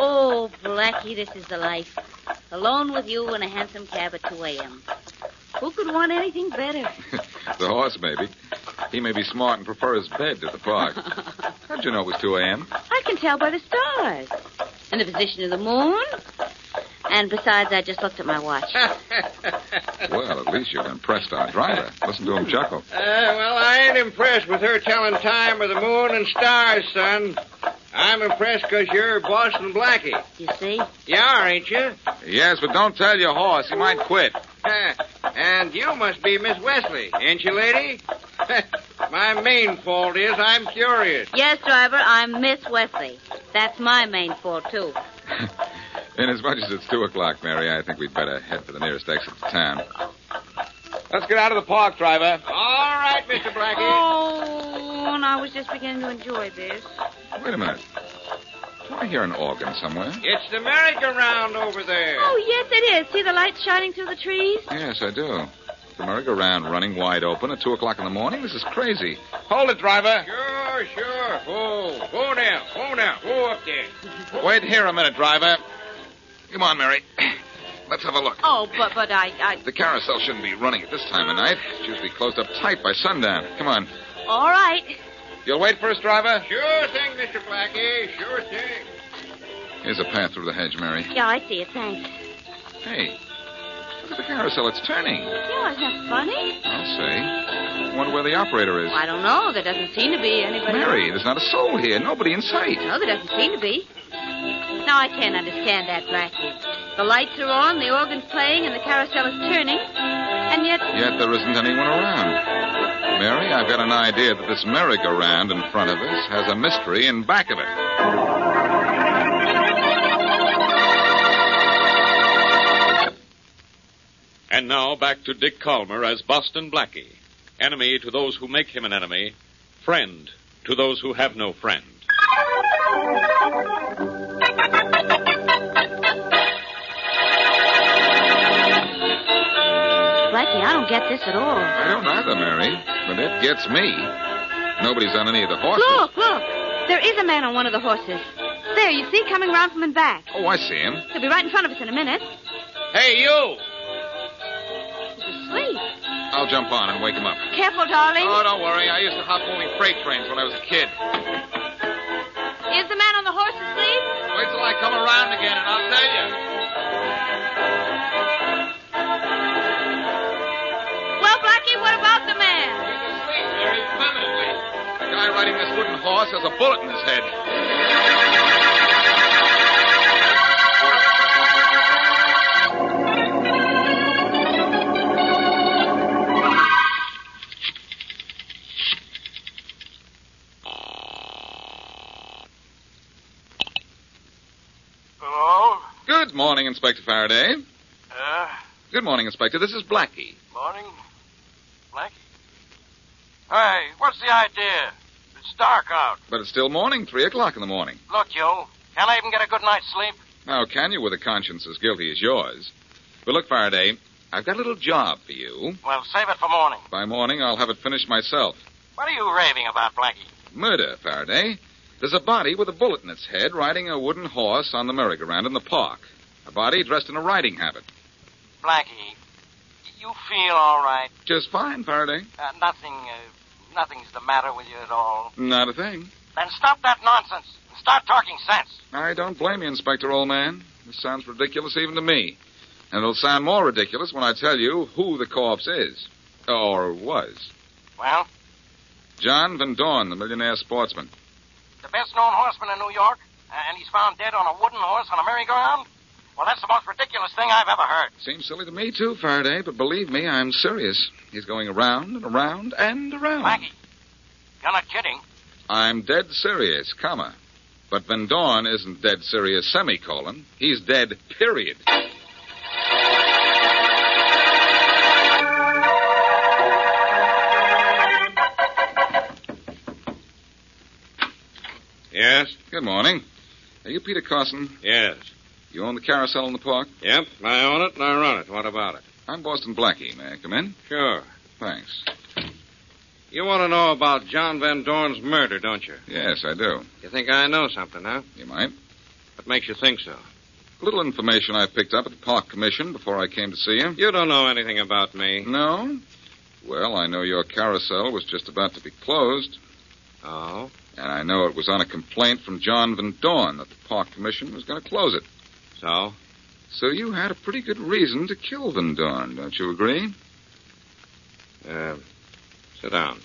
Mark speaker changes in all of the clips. Speaker 1: Oh, this is the life. Alone with you in a hansom cab at 2 a.m. Who could want anything better?
Speaker 2: The horse, maybe. He may be smart and prefer his bed to the park. How'd you know it was 2 a.m.?
Speaker 1: I can tell by the stars and the position of the moon. And besides, I just looked at my watch.
Speaker 3: Uh,
Speaker 2: Well, at least you've impressed our driver. Listen to him chuckle.
Speaker 3: Uh, well, I ain't impressed with her telling time of the moon and stars, son. I'm impressed because you're Boston Blackie.
Speaker 1: You see?
Speaker 3: You are, ain't you?
Speaker 2: Yes, but don't tell your horse. He might quit.
Speaker 3: Huh. and you must be Miss Wesley, ain't you, lady? My main fault is I'm curious.
Speaker 1: Yes, driver, I'm Miss Wesley. That's my main fault, too.
Speaker 2: Inasmuch as it's 2 o'clock, Mary, I think we'd better head for the nearest exit to town.
Speaker 4: Let's get out of the park, driver.
Speaker 3: All right, Mr. Blackie.
Speaker 1: Oh, and I was just beginning to enjoy this.
Speaker 2: Wait a minute. Do I hear an organ somewhere?
Speaker 3: It's the merry-go-round over there.
Speaker 1: Oh, yes, it is. See the light shining through the trees?
Speaker 2: Yes, I do. The merry-go-round running wide open at 2 o'clock in the morning? This is crazy.
Speaker 4: Hold it, driver.
Speaker 3: Sure, sure. Whoa, whoa now, whoa now, whoa up there.
Speaker 2: Wait here a minute, driver. Come on, Mary. Let's have a look.
Speaker 1: Oh, but but I, I.
Speaker 2: The carousel shouldn't be running at this time of night. It's usually closed up tight by sundown. Come on.
Speaker 1: All right.
Speaker 2: You'll wait for us, driver?
Speaker 3: Sure thing, Mr. Blackie, sure thing.
Speaker 2: Here's a path through the hedge, Mary.
Speaker 1: Yeah, I see it. Thanks.
Speaker 2: Hey, look at the carousel. It's turning.
Speaker 1: Yeah, isn't that funny?
Speaker 2: I'll say. Wonder where the operator is.
Speaker 1: I don't know. There doesn't seem to be anybody.
Speaker 2: Mary, there's not a soul here. Nobody in sight.
Speaker 1: No, there doesn't seem to be. No, I can't understand that, Blackie. The lights are on, the organ's playing, and the carousel is turning, and yet.
Speaker 2: Yet there isn't anyone around. Mary, I've got an idea that this merry-go-round in front of us has a mystery in back of it.
Speaker 5: And now back to Dick Calmer as Boston Blackie, enemy to those who make him an enemy, friend to those who have no friend.
Speaker 1: Blackie, I don't get this at all.
Speaker 2: I don't either, Mary, but it gets me. Nobody's on any of the horses.
Speaker 1: Look, look. There is a man on one of the horses. There, you see, coming round from in back.
Speaker 2: Oh, I see him.
Speaker 1: He'll be right in front of us in a minute.
Speaker 3: Hey, you!
Speaker 1: He's asleep.
Speaker 2: I'll jump on and wake him up.
Speaker 1: Careful, darling.
Speaker 2: Oh, don't worry. I used to hop moving freight trains when I was a kid.
Speaker 1: Is the man on the horse asleep?
Speaker 2: Wait till I come around again, and I'll tell you.
Speaker 1: Well, Blackie, what about the man?
Speaker 2: The guy riding this wooden horse has a bullet in his head.
Speaker 6: Hello?
Speaker 2: Good morning, Inspector Faraday.
Speaker 6: Uh,
Speaker 2: Good morning, Inspector. This is Blackie.
Speaker 6: morning. Blackie? Hey, what's the idea? It's dark out.
Speaker 2: But it's still morning, 3 o'clock in the morning.
Speaker 6: Look, you, can I even get a good night's sleep?
Speaker 2: Now, can you with a conscience as guilty as yours? But look, Faraday, I've got a little job for you.
Speaker 6: Well, save it for morning.
Speaker 2: By morning, I'll have it finished myself.
Speaker 6: What are you raving about, Blackie?
Speaker 2: Murder, Faraday. There's a body with a bullet in its head riding a wooden horse on the merry-go-round in the park. A body dressed in a riding habit.
Speaker 6: Blackie, you feel all right?
Speaker 2: Just fine, Faraday.
Speaker 6: Uh, nothing, uh, nothing's the matter with you at all.
Speaker 2: Not a thing.
Speaker 6: Then stop that nonsense and start talking sense.
Speaker 2: I don't blame you, Inspector, old man. This sounds ridiculous even to me. And it'll sound more ridiculous when I tell you who the corpse is. Or was.
Speaker 6: Well,
Speaker 2: John Van Dorn, the millionaire sportsman.
Speaker 6: the best known horseman in New York, uh, and he's found dead on a wooden horse on a merry-go-round? Well, that's the most ridiculous thing I've ever heard.
Speaker 2: Seems silly to me, too, Faraday, but believe me, I'm serious. He's going around and around and around.
Speaker 6: Blackie, you're not kidding.
Speaker 2: I'm dead serious, comma. But Van Dorn isn't dead serious, semicolon. He's dead, period.
Speaker 3: Yes?
Speaker 2: Good morning. Are you Peter Carson?
Speaker 3: Yes.
Speaker 2: You own the carousel in the park?
Speaker 3: Yep, I own it and I run it. What about it?
Speaker 2: I'm Boston Blackie. May I come in?
Speaker 3: Sure.
Speaker 2: Thanks.
Speaker 3: You want to know about John Van Dorn's murder, don't you?
Speaker 2: Yes, I do.
Speaker 3: You think I know something, huh?
Speaker 2: You might.
Speaker 3: What makes you think so?
Speaker 2: Little information I picked up at the Park Commission before I came to see you.
Speaker 3: You don't know anything about me.
Speaker 2: No? Well, I know your carousel was just about to be closed,
Speaker 3: Oh?
Speaker 2: and I know it was on a complaint from John Van Dorn that the Park Commission was going to close it.
Speaker 3: So?
Speaker 2: So you had a pretty good reason to kill Van Dorn, don't you agree?
Speaker 3: Uh, sit down.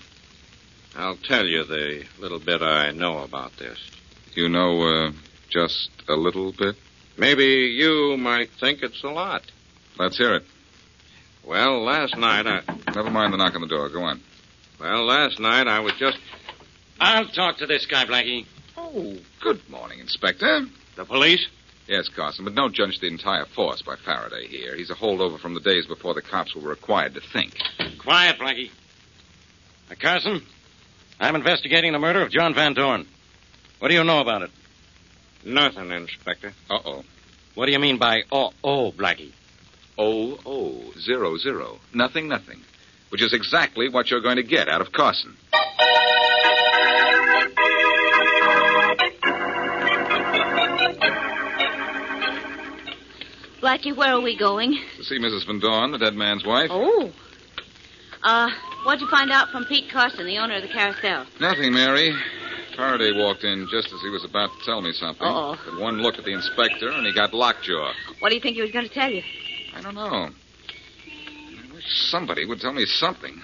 Speaker 3: I'll tell you the little bit I know about this.
Speaker 2: You know, uh, just a little bit.
Speaker 3: Maybe you might think it's a lot.
Speaker 2: Let's hear it.
Speaker 3: Well, last night I.
Speaker 2: Never mind the knock on the door. Go on.
Speaker 3: Well, last night I was just.
Speaker 5: I'll talk to this guy, Blackie.
Speaker 2: Oh, good morning, Inspector.
Speaker 5: The police?
Speaker 2: Yes, Carson, but don't judge the entire force by Faraday here. He's a holdover from the days before the cops were required to think.
Speaker 5: Quiet, Blackie. Uh, Carson, I'm investigating the murder of John Van Dorn. What do you know about it?
Speaker 3: Nothing, Inspector.
Speaker 2: Uh oh.
Speaker 5: What do you mean by oh, oh, Blackie?
Speaker 2: Oh, oh, zero, zero. Nothing, nothing. Which is exactly what you're going to get out of Carson.
Speaker 1: Blackie, where are we going?
Speaker 2: To see Mrs. Van Dorn, the dead man's wife?
Speaker 1: Oh. Uh, what'd you find out from Pete Carson, the owner of the carousel?
Speaker 2: Nothing, Mary. Faraday walked in just as he was about to tell me something.
Speaker 1: Uh-oh.
Speaker 2: But one look at the inspector, and he got lockjaw.
Speaker 1: What do you think he was going to tell you?
Speaker 2: I don't know. I wish somebody would tell me something.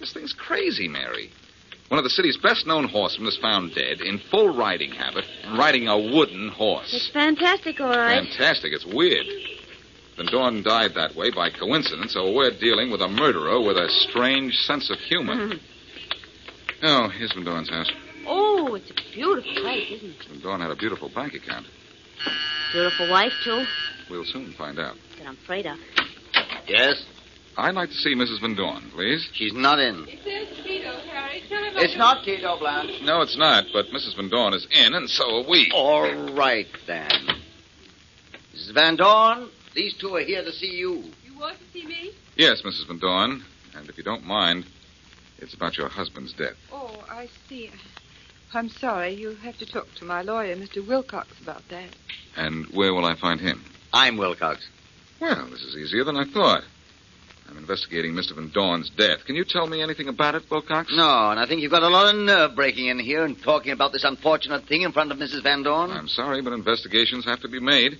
Speaker 2: This thing's crazy, Mary. One of the city's best known horsemen is found dead in full riding habit, riding a wooden
Speaker 1: It's
Speaker 2: horse.
Speaker 1: fantastic, all right.
Speaker 2: Fantastic. It's weird. Van Dorn died that way by coincidence, so we're dealing with a murderer with a strange sense of
Speaker 1: Mm-hmm.
Speaker 2: humor. oh, here's Van Dorn's house.
Speaker 1: Oh, it's a beautiful place, isn't it?
Speaker 2: Van Dorn had a beautiful bank account.
Speaker 1: Beautiful wife, too,
Speaker 2: We'll soon find out.
Speaker 1: that I'm afraid of.
Speaker 7: Yes?
Speaker 2: I'd like to see Mrs. Van Dorn, please.
Speaker 7: She's not in. It's not Tito Blanche.
Speaker 2: No, it's not, but Mrs. Van Dorn is in, and so are we.
Speaker 7: All right, then. Mrs. Van Dorn, these two are here to see you.
Speaker 8: You want to see me?
Speaker 2: Yes, Mrs. Van Dorn. And if you don't mind, it's about your husband's death.
Speaker 8: Oh, I see. I'm sorry. You'll have to talk to my lawyer, Mr. Wilcox, about that.
Speaker 2: And where will I find him?
Speaker 7: I'm Wilcox.
Speaker 2: Well, this is easier than I thought. I'm investigating Mr. Van Dorn's death. Can you tell me anything about it, Wilcox?
Speaker 7: No, and I think you've got a lot of nerve breaking in here and talking about this unfortunate thing in front of Mrs. Van Dorn.
Speaker 2: I'm sorry, but investigations have to be made.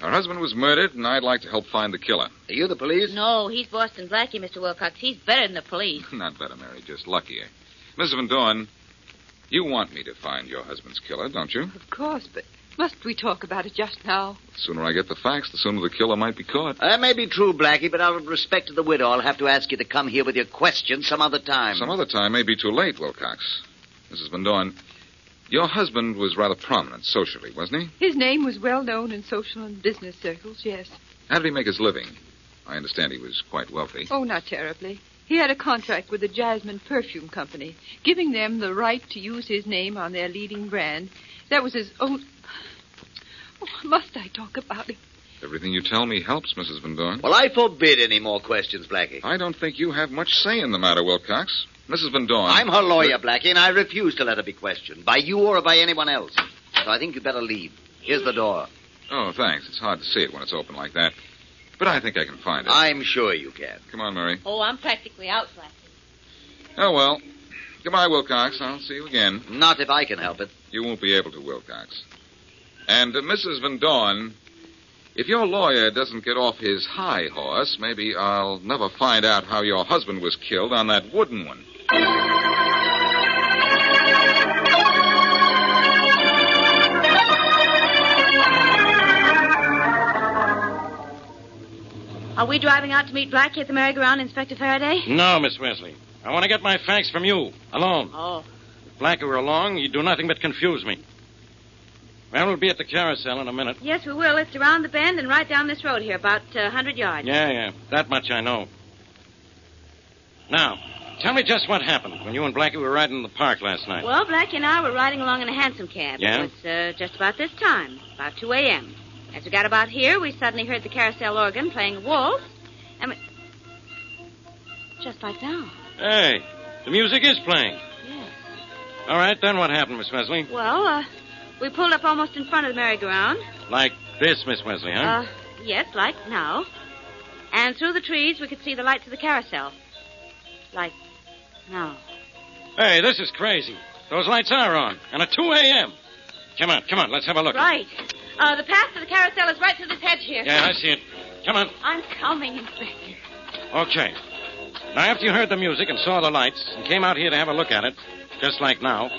Speaker 2: Her husband was murdered, and I'd like to help find the killer.
Speaker 7: Are you the police?
Speaker 1: No, he's Boston Blackie, Mr. Wilcox. He's better than the police.
Speaker 2: Not better, Mary, just luckier. Mrs. Van Dorn, you want me to find your husband's killer, don't you?
Speaker 8: Of course, but must we talk about it just now?
Speaker 2: The sooner I get the facts, the sooner the killer might be caught.
Speaker 7: That may be true, Blackie, but out of respect to the widow, I'll have to ask you to come here with your questions some other time.
Speaker 2: Some other time may be too late, Wilcox. Mrs. Van Dorn, your husband was rather prominent socially, wasn't he?
Speaker 8: His name was well known in social and business circles, yes.
Speaker 2: How did he make his living? I understand he was quite wealthy.
Speaker 8: Oh, not terribly. He had a contract with the Jasmine Perfume Company, giving them the right to use his name on their leading brand. That was his own. Oh, must I talk about it?
Speaker 2: Everything you tell me helps, Mrs. Van Dorn.
Speaker 7: Well, I forbid any more questions, Blackie.
Speaker 2: I don't think you have much say in the matter, Wilcox. Mrs. Van Dorn.
Speaker 7: I'm her lawyer, Blackie, and I refuse to let her be questioned by you or by anyone else. So I think you'd better leave. Here's the door.
Speaker 2: Oh, thanks. It's hard to see it when it's open like that. But I think I can find it.
Speaker 7: I'm sure you can.
Speaker 2: Come on, Murray.
Speaker 1: Oh, I'm practically out, Blackie.
Speaker 2: Oh, well. Goodbye, Wilcox. I'll see you again.
Speaker 7: Not if I can help it.
Speaker 2: You won't be able to, Wilcox. And uh, Mrs. Van Dorn, if your lawyer doesn't get off his high horse, maybe I'll never find out how your husband was killed on that wooden one.
Speaker 1: Are we driving out to meet Blackie at the merry-go-round, Inspector Faraday?
Speaker 5: No, Miss Wesley. I want to get my facts from you, alone.
Speaker 1: Oh,
Speaker 5: If Blackie were along, he'd do nothing but confuse me. Well, we'll be at the carousel in a minute.
Speaker 1: yes, we will. It's around the bend and right down this road here, about uh, 100 yards.
Speaker 5: Yeah, yeah. That much I know. Now, tell me just what happened when you and Blackie were riding in the park last night.
Speaker 1: Well, Blackie and I were riding along in a hansom cab.
Speaker 5: Yeah?
Speaker 1: It was uh, just about this time, about 2 a.m. As we got about here, we suddenly heard the carousel organ playing a waltz, and we... Just like now.
Speaker 5: Hey, the music is playing.
Speaker 1: Yes.
Speaker 5: All right, then what happened, Miss Wesley?
Speaker 1: Well, uh, we pulled up almost in front of the merry-go-round.
Speaker 5: Like This, Miss Wesley, huh?
Speaker 1: Uh, yes, like now. And through the trees, we could see the lights of the carousel. Like now.
Speaker 5: Hey, this is crazy. Those lights are on, and at 2 a.m. Come on, come on, let's have a look.
Speaker 1: Right. Uh, the path to the carousel is right through this hedge here.
Speaker 5: Yeah, I see it. Come on.
Speaker 1: I'm coming, Inspector.
Speaker 5: Okay. Now, after you heard the music and saw the lights and came out here to have a look at it, just like now,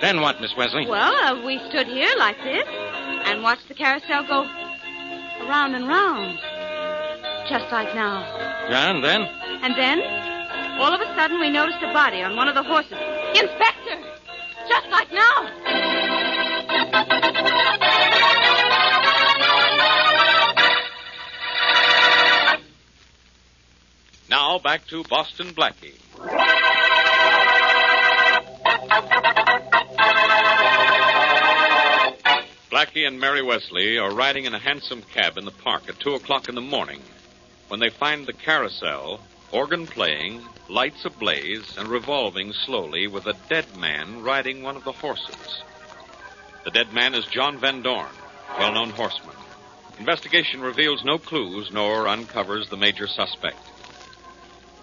Speaker 5: then what, Miss Wesley?
Speaker 1: Well, uh, we stood here like this and watched the carousel go around and round. Just like now.
Speaker 5: Yeah, and then?
Speaker 1: And then, all of a sudden, we noticed a body on one of the horses. Inspector! Just like now!
Speaker 5: Now back to Boston Blackie. Blackie and Mary Wesley are riding in a hansom cab in the park at 2 o'clock in the morning when they find the carousel, organ playing, lights ablaze, and revolving slowly with a dead man riding one of the horses. The dead man is John Van Dorn, well known horseman. Investigation reveals no clues nor uncovers the major suspect.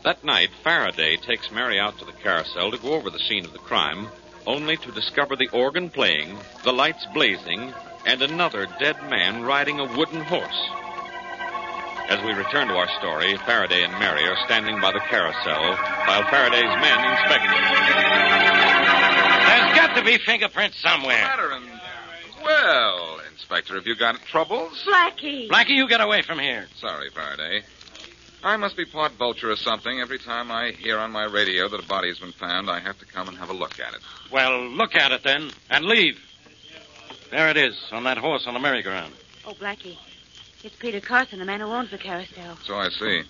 Speaker 5: That night, Faraday takes Mary out to the carousel to go over the scene of the crime, only to discover the organ playing, the lights blazing, and another dead man riding a wooden horse. As we return to our story, Faraday and Mary are standing by the carousel while Faraday's men inspect it.
Speaker 4: There's got to be fingerprints somewhere.
Speaker 2: Matter and- Well, Inspector, have you got troubles?
Speaker 1: Blackie!
Speaker 4: Blackie, you get away from here.
Speaker 2: Sorry, Faraday. I must be part vulture or something. Every time I hear on my radio that a body has been found, I have to come and have a look at it.
Speaker 4: Well, look at it then, and leave. There it is, on that horse on the merry-go-round.
Speaker 1: Oh, Blackie. It's Peter Carson, the man who owns the carousel.
Speaker 2: So I see.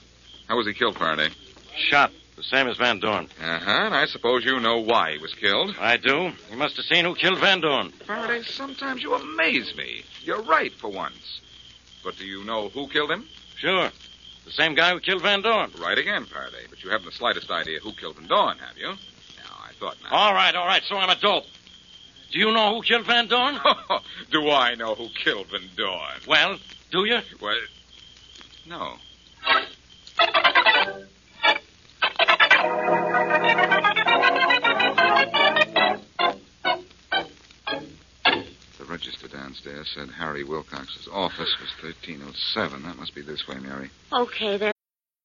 Speaker 2: How was he killed, Faraday?
Speaker 4: Shot, the same as Van Dorn.
Speaker 2: Uh huh. And I suppose you know why he was killed.
Speaker 4: I do. You must have seen who killed Van Dorn.
Speaker 2: Faraday, sometimes you amaze me. You're right for once. But do you know who killed him?
Speaker 4: Sure. The same guy who killed Van Dorn.
Speaker 2: Right again, Faraday. But you haven't the slightest idea who killed Van Dorn, have you? No, I thought not.
Speaker 4: All right, all right, so I'm a dope. Do you know who killed Van Dorn?
Speaker 2: do I know who killed Van Dorn?
Speaker 4: Well, do you?
Speaker 2: Well, no. The register downstairs said Harry Wilcox's office was 1307. That must be this way, Mary.
Speaker 1: Okay, then.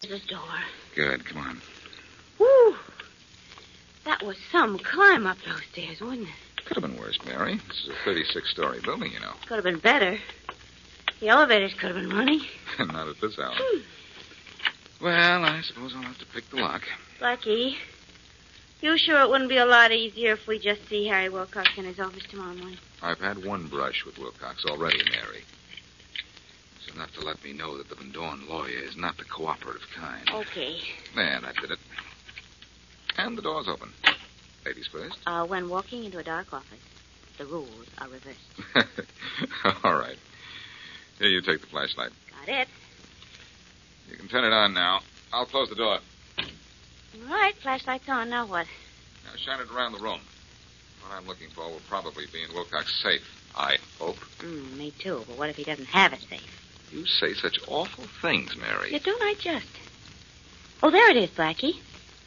Speaker 1: The door.
Speaker 2: Good, come on.
Speaker 1: Whew. That was some climb up those stairs, wasn't it?
Speaker 2: Could have been worse, Mary. This is a 36 story building, you know.
Speaker 1: Could have been better. The elevators could have been running.
Speaker 2: not at this hour. Well, I suppose I'll have to pick the lock.
Speaker 1: Blackie, you sure it wouldn't be a lot easier if we just see Harry Wilcox in his office tomorrow morning?
Speaker 2: I've had one brush with Wilcox already, Mary. It's enough to let me know that the Van Dorn lawyer is not the cooperative kind.
Speaker 1: Okay.
Speaker 2: There, that did it. And the door's open. Ladies first.
Speaker 1: Uh, when walking into a dark office, the rules are reversed.
Speaker 2: All right. Here, you take the flashlight.
Speaker 1: Got it.
Speaker 2: You can turn it on now. I'll close the door.
Speaker 1: All right, flashlight's on. Now what?
Speaker 2: Now shine it around the room. What I'm looking for will probably be in Wilcox's safe. I hope.
Speaker 1: Mm, me too. But what if he doesn't have it safe?
Speaker 2: You say such awful things, Mary.
Speaker 1: Yeah, don't I just? Oh, there it is, Blackie.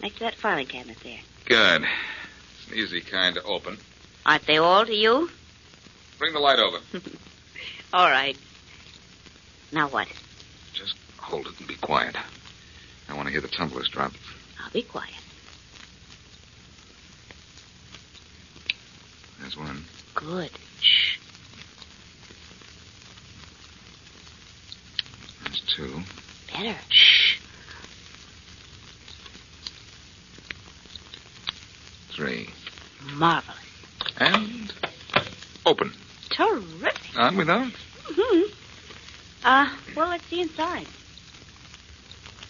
Speaker 1: Next to that filing cabinet there.
Speaker 2: Good. It's an easy kind to open.
Speaker 1: Aren't they all to you?
Speaker 2: Bring the light over.
Speaker 1: All right. Now what?
Speaker 2: Hold it and be quiet. I want to hear the tumblers drop.
Speaker 1: I'll be quiet.
Speaker 2: There's one.
Speaker 1: Good.
Speaker 2: There's two.
Speaker 1: Better.
Speaker 2: Three.
Speaker 1: Marvelous.
Speaker 2: And open.
Speaker 1: Terrific.
Speaker 2: On we now?
Speaker 1: hmm Uh, well, let's see inside.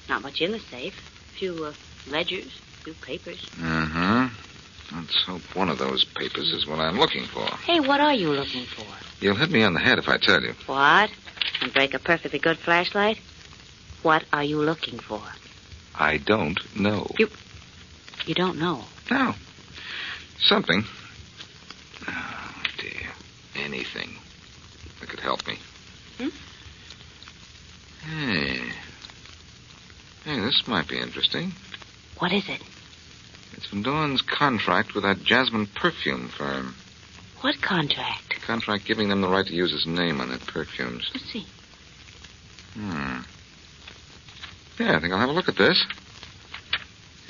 Speaker 1: Not much in the safe. A few uh, ledgers, a few papers.
Speaker 2: Uh-huh. Let's hope one of those papers is what I'm looking for.
Speaker 1: Hey, what are you looking for?
Speaker 2: You'll hit me on the head if I tell you.
Speaker 1: What? And break a perfectly good flashlight? What are you looking for?
Speaker 2: I don't know.
Speaker 1: You... You don't know.
Speaker 2: No. Something. Oh, dear. Anything that could help me.
Speaker 1: Hmm?
Speaker 2: Hey. Hey, this might be interesting.
Speaker 1: What is it?
Speaker 2: It's from Dawn's contract with that Jasmine perfume firm.
Speaker 1: What contract?
Speaker 2: Contract giving them the right to use his name on their perfumes.
Speaker 1: Let's see.
Speaker 2: Hmm. Yeah, I think I'll have a look at this.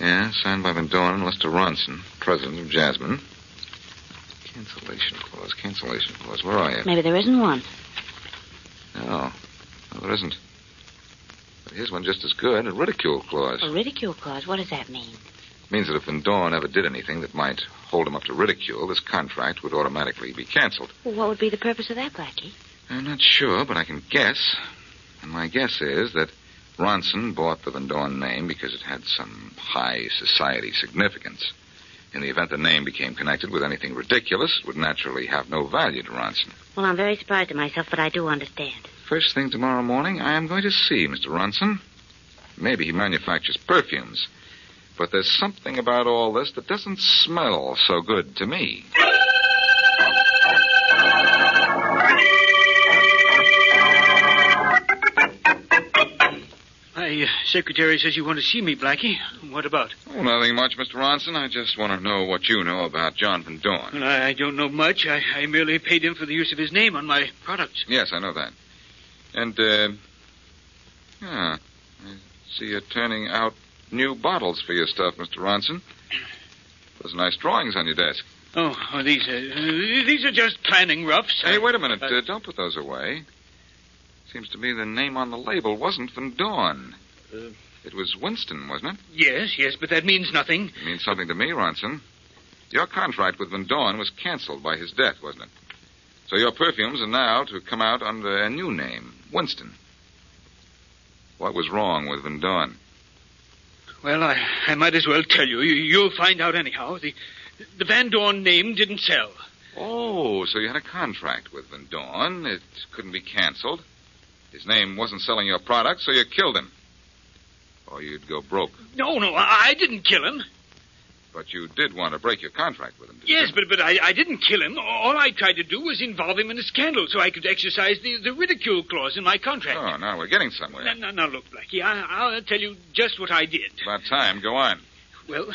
Speaker 2: Yeah, signed by Van Dorn and Lester Ronson, president of Jasmine. Cancellation clause, cancellation clause. Where are you?
Speaker 1: Maybe there isn't one.
Speaker 2: No. No, there isn't. But here's one just as good, a ridicule clause.
Speaker 1: A ridicule clause. What does that mean?
Speaker 2: means that if Van Dorn ever did anything that might hold him up to ridicule, this contract would automatically be canceled.
Speaker 1: Well, what would be the purpose of that, Blackie?
Speaker 2: I'm not sure, but I can guess. And my guess is that Ronson bought the Van Dorn name because it had some high society significance. In the event the name became connected with anything ridiculous, it would naturally have no value to Ronson.
Speaker 1: Well, I'm very surprised at myself, but I do understand.
Speaker 2: First thing tomorrow morning, I am going to see Mr. Ronson. Maybe he manufactures perfumes. But there's something about all this that doesn't smell so good to me.
Speaker 9: My uh, secretary says you want to see me, Blackie. What about?
Speaker 2: Oh, nothing much, Mr. Ronson. I just want to know what you know about John Van Dorn.
Speaker 9: Well, I, I don't know much. I, I merely paid him for the use of his name on my products.
Speaker 2: Yes, I know that. And, uh, yeah, I see you're turning out new bottles for your stuff, Mr. Ronson. Those nice drawings on your desk.
Speaker 9: Oh, oh, these are uh, these are just planning roughs.
Speaker 2: Hey, wait a minute. Uh, don't put those away. Seems to me the name on the label wasn't Van Dorn.
Speaker 9: Uh,
Speaker 2: It was Winston, wasn't it?
Speaker 9: yes, yes, but that means nothing.
Speaker 2: It means something to me, Ronson. Your contract with Van Dorn was canceled by his death, wasn't it? So your perfumes are now to come out under a new name, Winston. What was wrong with Van Dorn?
Speaker 9: Well, I, I might as well tell you. you. You'll find out anyhow. The the Van Dorn name didn't sell.
Speaker 2: Oh, so you had a contract with Van Dorn. It couldn't be canceled. His name wasn't selling your product, so you killed him. Or you'd go broke.
Speaker 9: No, no, I, I didn't kill him.
Speaker 2: But you did want to break your contract with him.
Speaker 9: Yes, but but I, I didn't kill him. All I tried to do was involve him in a scandal so I could exercise the, the ridicule clause in my contract.
Speaker 2: Oh, now we're getting somewhere.
Speaker 9: Now, now, now look, Blackie, I, I'll tell you just what I did.
Speaker 2: About time. Go on.
Speaker 9: Well,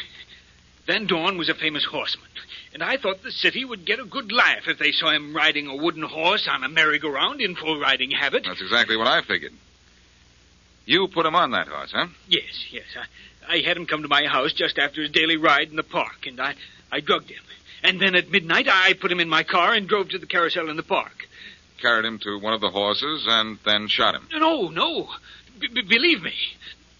Speaker 9: Van Dorn was a famous horseman, and I thought the city would get a good laugh if they saw him riding a wooden horse on a merry-go-round in full riding habit.
Speaker 2: That's exactly what I figured. You put him on that horse, huh?
Speaker 9: Yes, yes. I, I had him come to my house just after his daily ride in the park, and I, I drugged him. And then at midnight, I put him in my car and drove to the carousel in the park.
Speaker 2: Carried him to one of the horses and then shot him.
Speaker 9: No, no. B- b- believe me.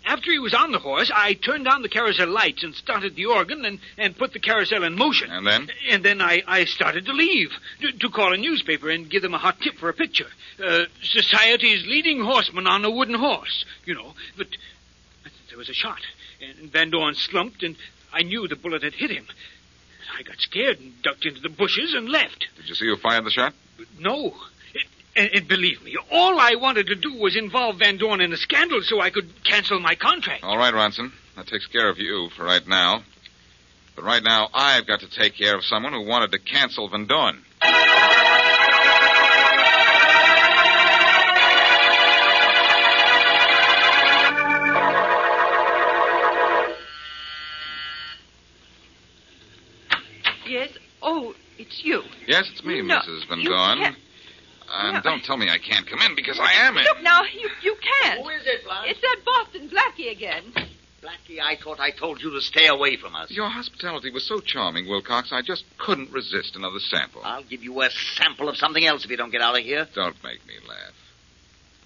Speaker 9: After he was on the horse, I turned on the carousel lights and started the organ and, and put the carousel in motion.
Speaker 2: And then?
Speaker 9: And then I, I started to leave, to, to call a newspaper and give them a hot tip for a picture. Uh, society's leading horseman on a wooden horse, you know. But there was a shot, and Van Dorn slumped, and I knew the bullet had hit him. I got scared and ducked into the bushes and left.
Speaker 2: Did you see who fired the shot?
Speaker 9: No. And, and believe me, all I wanted to do was involve Van Dorn in a scandal so I could cancel my contract.
Speaker 2: All right, Ronson. That takes care of you for right now. But right now, I've got to take care of someone who wanted to cancel Van Dorn.
Speaker 8: Yes? Oh, it's you.
Speaker 2: Yes, it's me,
Speaker 8: No,
Speaker 2: Mrs. Van
Speaker 8: you
Speaker 2: Dorn.
Speaker 8: can't-
Speaker 2: Um,
Speaker 8: Yeah,
Speaker 2: don't tell me I can't come in because I am in.
Speaker 8: Look now, you, you can't.
Speaker 7: Who is it, Blanche?
Speaker 8: It's that Boston Blackie again.
Speaker 7: Blackie, I thought I told you to stay away from us.
Speaker 2: Your hospitality was so charming, Wilcox, I just couldn't resist another sample.
Speaker 7: I'll give you a sample of something else if you don't get out of here.
Speaker 2: Don't make me laugh.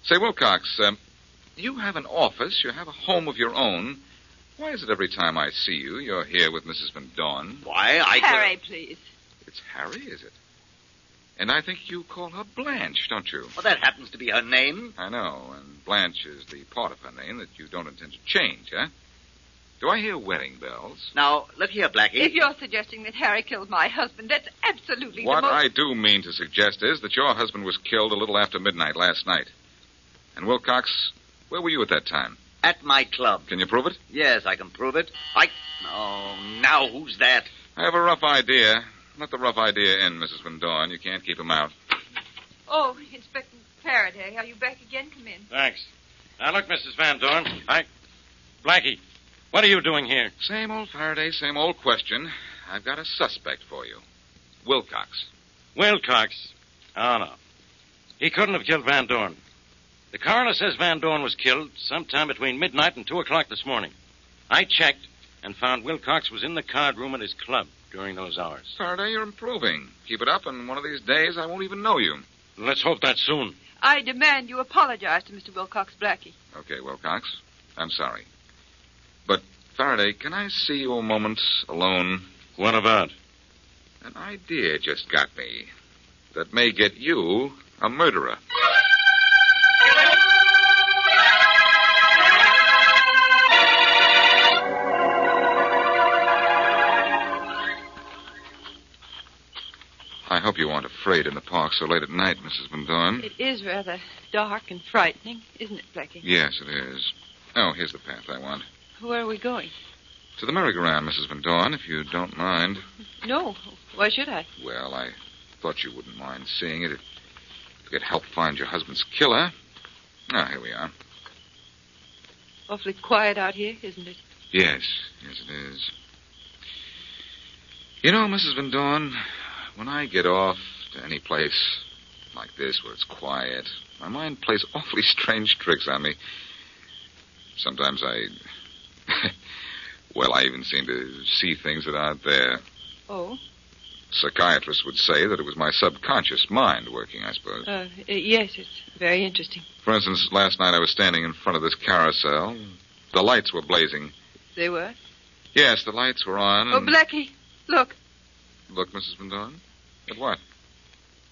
Speaker 2: Say, Wilcox, um, you have an office, you have a home of your own. Why is it every time I see you, you're here with Mrs. Van Dorn?
Speaker 7: Why, I.
Speaker 8: Harry, please.
Speaker 2: It's Harry, is it? And I think you call her Blanche, don't you?
Speaker 7: Well, that happens to be her name.
Speaker 2: I know, and Blanche is the part of her name that you don't intend to change, huh? Do I hear wedding bells?
Speaker 7: Now, look here, Blackie.
Speaker 8: If you're suggesting that Harry killed my husband, that's absolutely
Speaker 2: What
Speaker 8: the most...
Speaker 2: I do mean to suggest is that your husband was killed a little after midnight last night. And Wilcox, where were you at that time?
Speaker 7: At my club.
Speaker 2: Can you prove it?
Speaker 7: Yes, I can prove it. I. Oh, now who's that?
Speaker 2: I have a rough idea. Let the rough idea in, Mrs. Van Dorn. You can't keep him out.
Speaker 8: Oh, Inspector Faraday, are you back again? Come in.
Speaker 4: Thanks. Now, look, Mrs. Van Dorn, I... Blackie, what are you doing here?
Speaker 2: Same old Faraday, same old question. I've got a suspect for you. Wilcox.
Speaker 4: Wilcox. Oh, no. He couldn't have killed Van Dorn. The coroner says Van Dorn was killed sometime between midnight and 2 o'clock this morning. I checked and found Wilcox was in the card room at his club during those hours.
Speaker 2: Faraday, you're improving. Keep it up, and one of these days I won't even know you.
Speaker 4: Let's hope that soon.
Speaker 8: I demand you apologize to Mr. Wilcox Blackie.
Speaker 2: Okay, Wilcox. I'm sorry. But, Faraday, can I see you a moment alone?
Speaker 4: What about?
Speaker 2: An idea just got me that may get you a murderer. I hope you aren't afraid in the park so late at night, Mrs. Van Dorn.
Speaker 8: It is rather dark and frightening, isn't it, Blackie?
Speaker 2: Yes, it is. Oh, here's the path I want.
Speaker 8: Where are we going?
Speaker 2: To the merry-go-round, Mrs. Van Dorn, if you don't mind.
Speaker 8: No. Why should I?
Speaker 2: Well, I thought you wouldn't mind seeing it if you could help find your husband's killer. Ah, here we are.
Speaker 8: Awfully quiet out here, isn't it?
Speaker 2: Yes, yes, it is. You know, Mrs. Van Dorn, when I get off to any place like this where it's quiet, my mind plays awfully strange tricks on me. Sometimes I. well, I even seem to see things that aren't there.
Speaker 8: Oh,
Speaker 2: Psychiatrists would say that it was my subconscious mind working, I suppose.
Speaker 8: uh, yes, it's very interesting.
Speaker 2: For instance, last night I was standing in front of this carousel. The lights were blazing.
Speaker 8: They were.
Speaker 2: Yes, the lights were on.
Speaker 8: Oh,
Speaker 2: and-
Speaker 8: Blackie, look,
Speaker 2: Look, Mrs. Van Dorn. At what?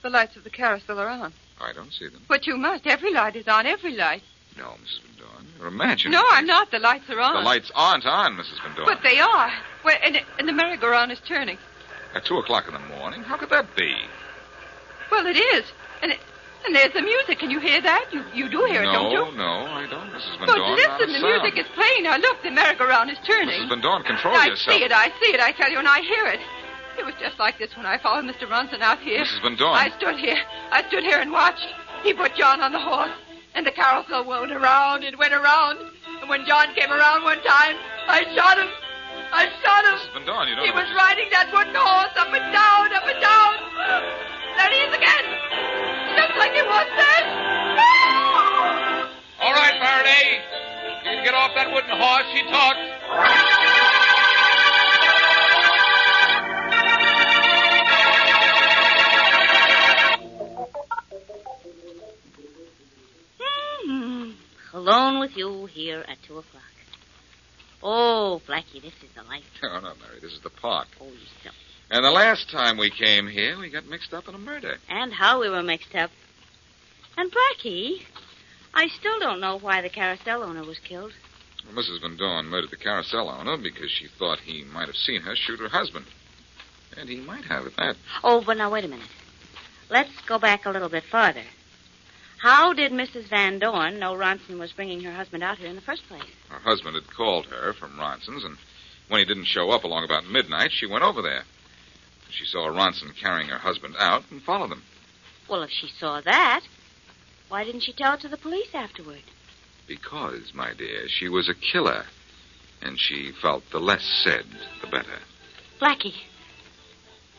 Speaker 8: the lights of the carousel are on.
Speaker 2: I don't see them.
Speaker 8: But you must. Every light is on. Every light.
Speaker 2: No, Mrs. Van Dorn. You're imagining.
Speaker 8: No, I'm not. The lights are on.
Speaker 2: The lights aren't on, Mrs. Van Dorn.
Speaker 8: But they are. Well, and, and the merry-go-round is turning.
Speaker 2: At two o'clock in the morning? How could that be?
Speaker 8: Well, it is. And it, and there's the music. Can you hear that? You you do hear
Speaker 2: no,
Speaker 8: it, don't you?
Speaker 2: no, I don't, Mrs. Van
Speaker 8: But
Speaker 2: Dorn. not a
Speaker 8: listen, the
Speaker 2: sound.
Speaker 8: music is playing. Now look, the merry-go-round is turning.
Speaker 2: Mrs. Van Dorn, control
Speaker 8: I
Speaker 2: yourself.
Speaker 8: see it, I see it, I tell you, and I hear it. It was just like this when I followed Mr. Ronson out here.
Speaker 2: Mrs. Van Dorn.
Speaker 8: I stood here. I stood here and watched. He put John on the horse, and the carousel went around. It went around. And when John came around one time, I shot him. I shot him.
Speaker 2: Mrs. Van Dorn, you don't
Speaker 8: He
Speaker 2: know what
Speaker 8: was
Speaker 2: you-
Speaker 8: riding that wooden horse up and down, up and down. There he is again. Just like he was then.
Speaker 5: All right, Faraday. You can get off that wooden horse. She talks.
Speaker 1: hmm Alone with you here at two o'clock. Oh, Blackie, this is the life.
Speaker 2: Oh, no, Mary, this is the park.
Speaker 1: Oh, yourself.
Speaker 2: And the last time we came here, we got mixed up in a murder.
Speaker 1: And how we were mixed up. And Blackie, I still don't know why the carousel owner was killed.
Speaker 2: Well, Mrs. Van Dorn murdered the carousel owner because she thought he might have seen her shoot her husband. And he might have at that.
Speaker 1: Oh, but now wait a minute. Let's go back a little bit farther. How did Mrs. Van Dorn know Ronson was bringing her husband out here in the first place?
Speaker 2: Her husband had called her from Ronson's, and when he didn't show up along about midnight, she went over there. She saw Ronson carrying her husband out and followed him
Speaker 1: Well, if she saw that, why didn't she tell it to the police afterward?
Speaker 2: because, my dear, she was a killer, and she felt the less said, the better.
Speaker 1: Blackie,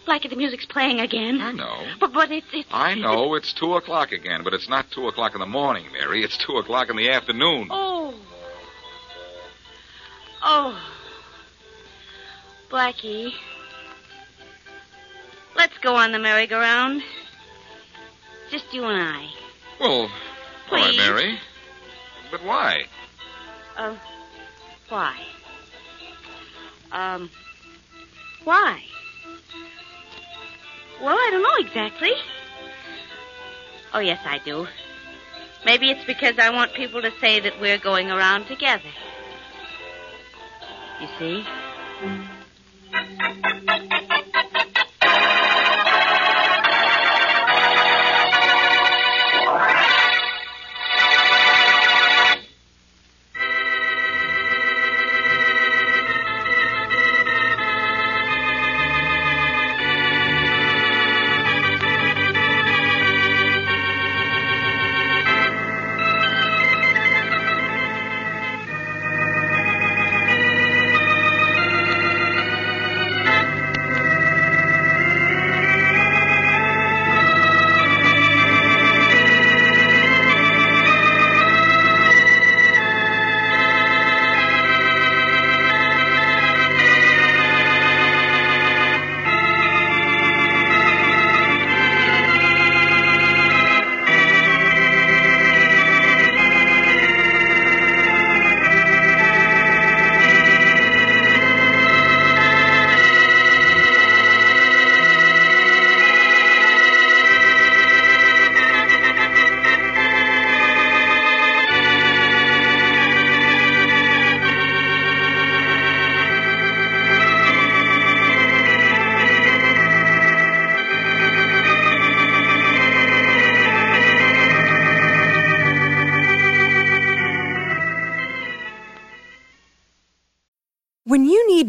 Speaker 1: Blackie, the music's playing again.
Speaker 2: I know.
Speaker 1: But, but it's, it's.
Speaker 2: I know it's two o'clock again, but it's not two o'clock in the morning, Mary. It's two o'clock in the afternoon.
Speaker 1: Oh. Oh. Blackie. Let's go on the merry-go-round. Just you and I.
Speaker 2: Well, all right,
Speaker 1: Please.
Speaker 2: Mary. But why?
Speaker 1: Uh, why? Um, why? Well, I don't know exactly. Oh, yes, I do. Maybe it's because I want people to say that we're going around together. You see?
Speaker 10: When you need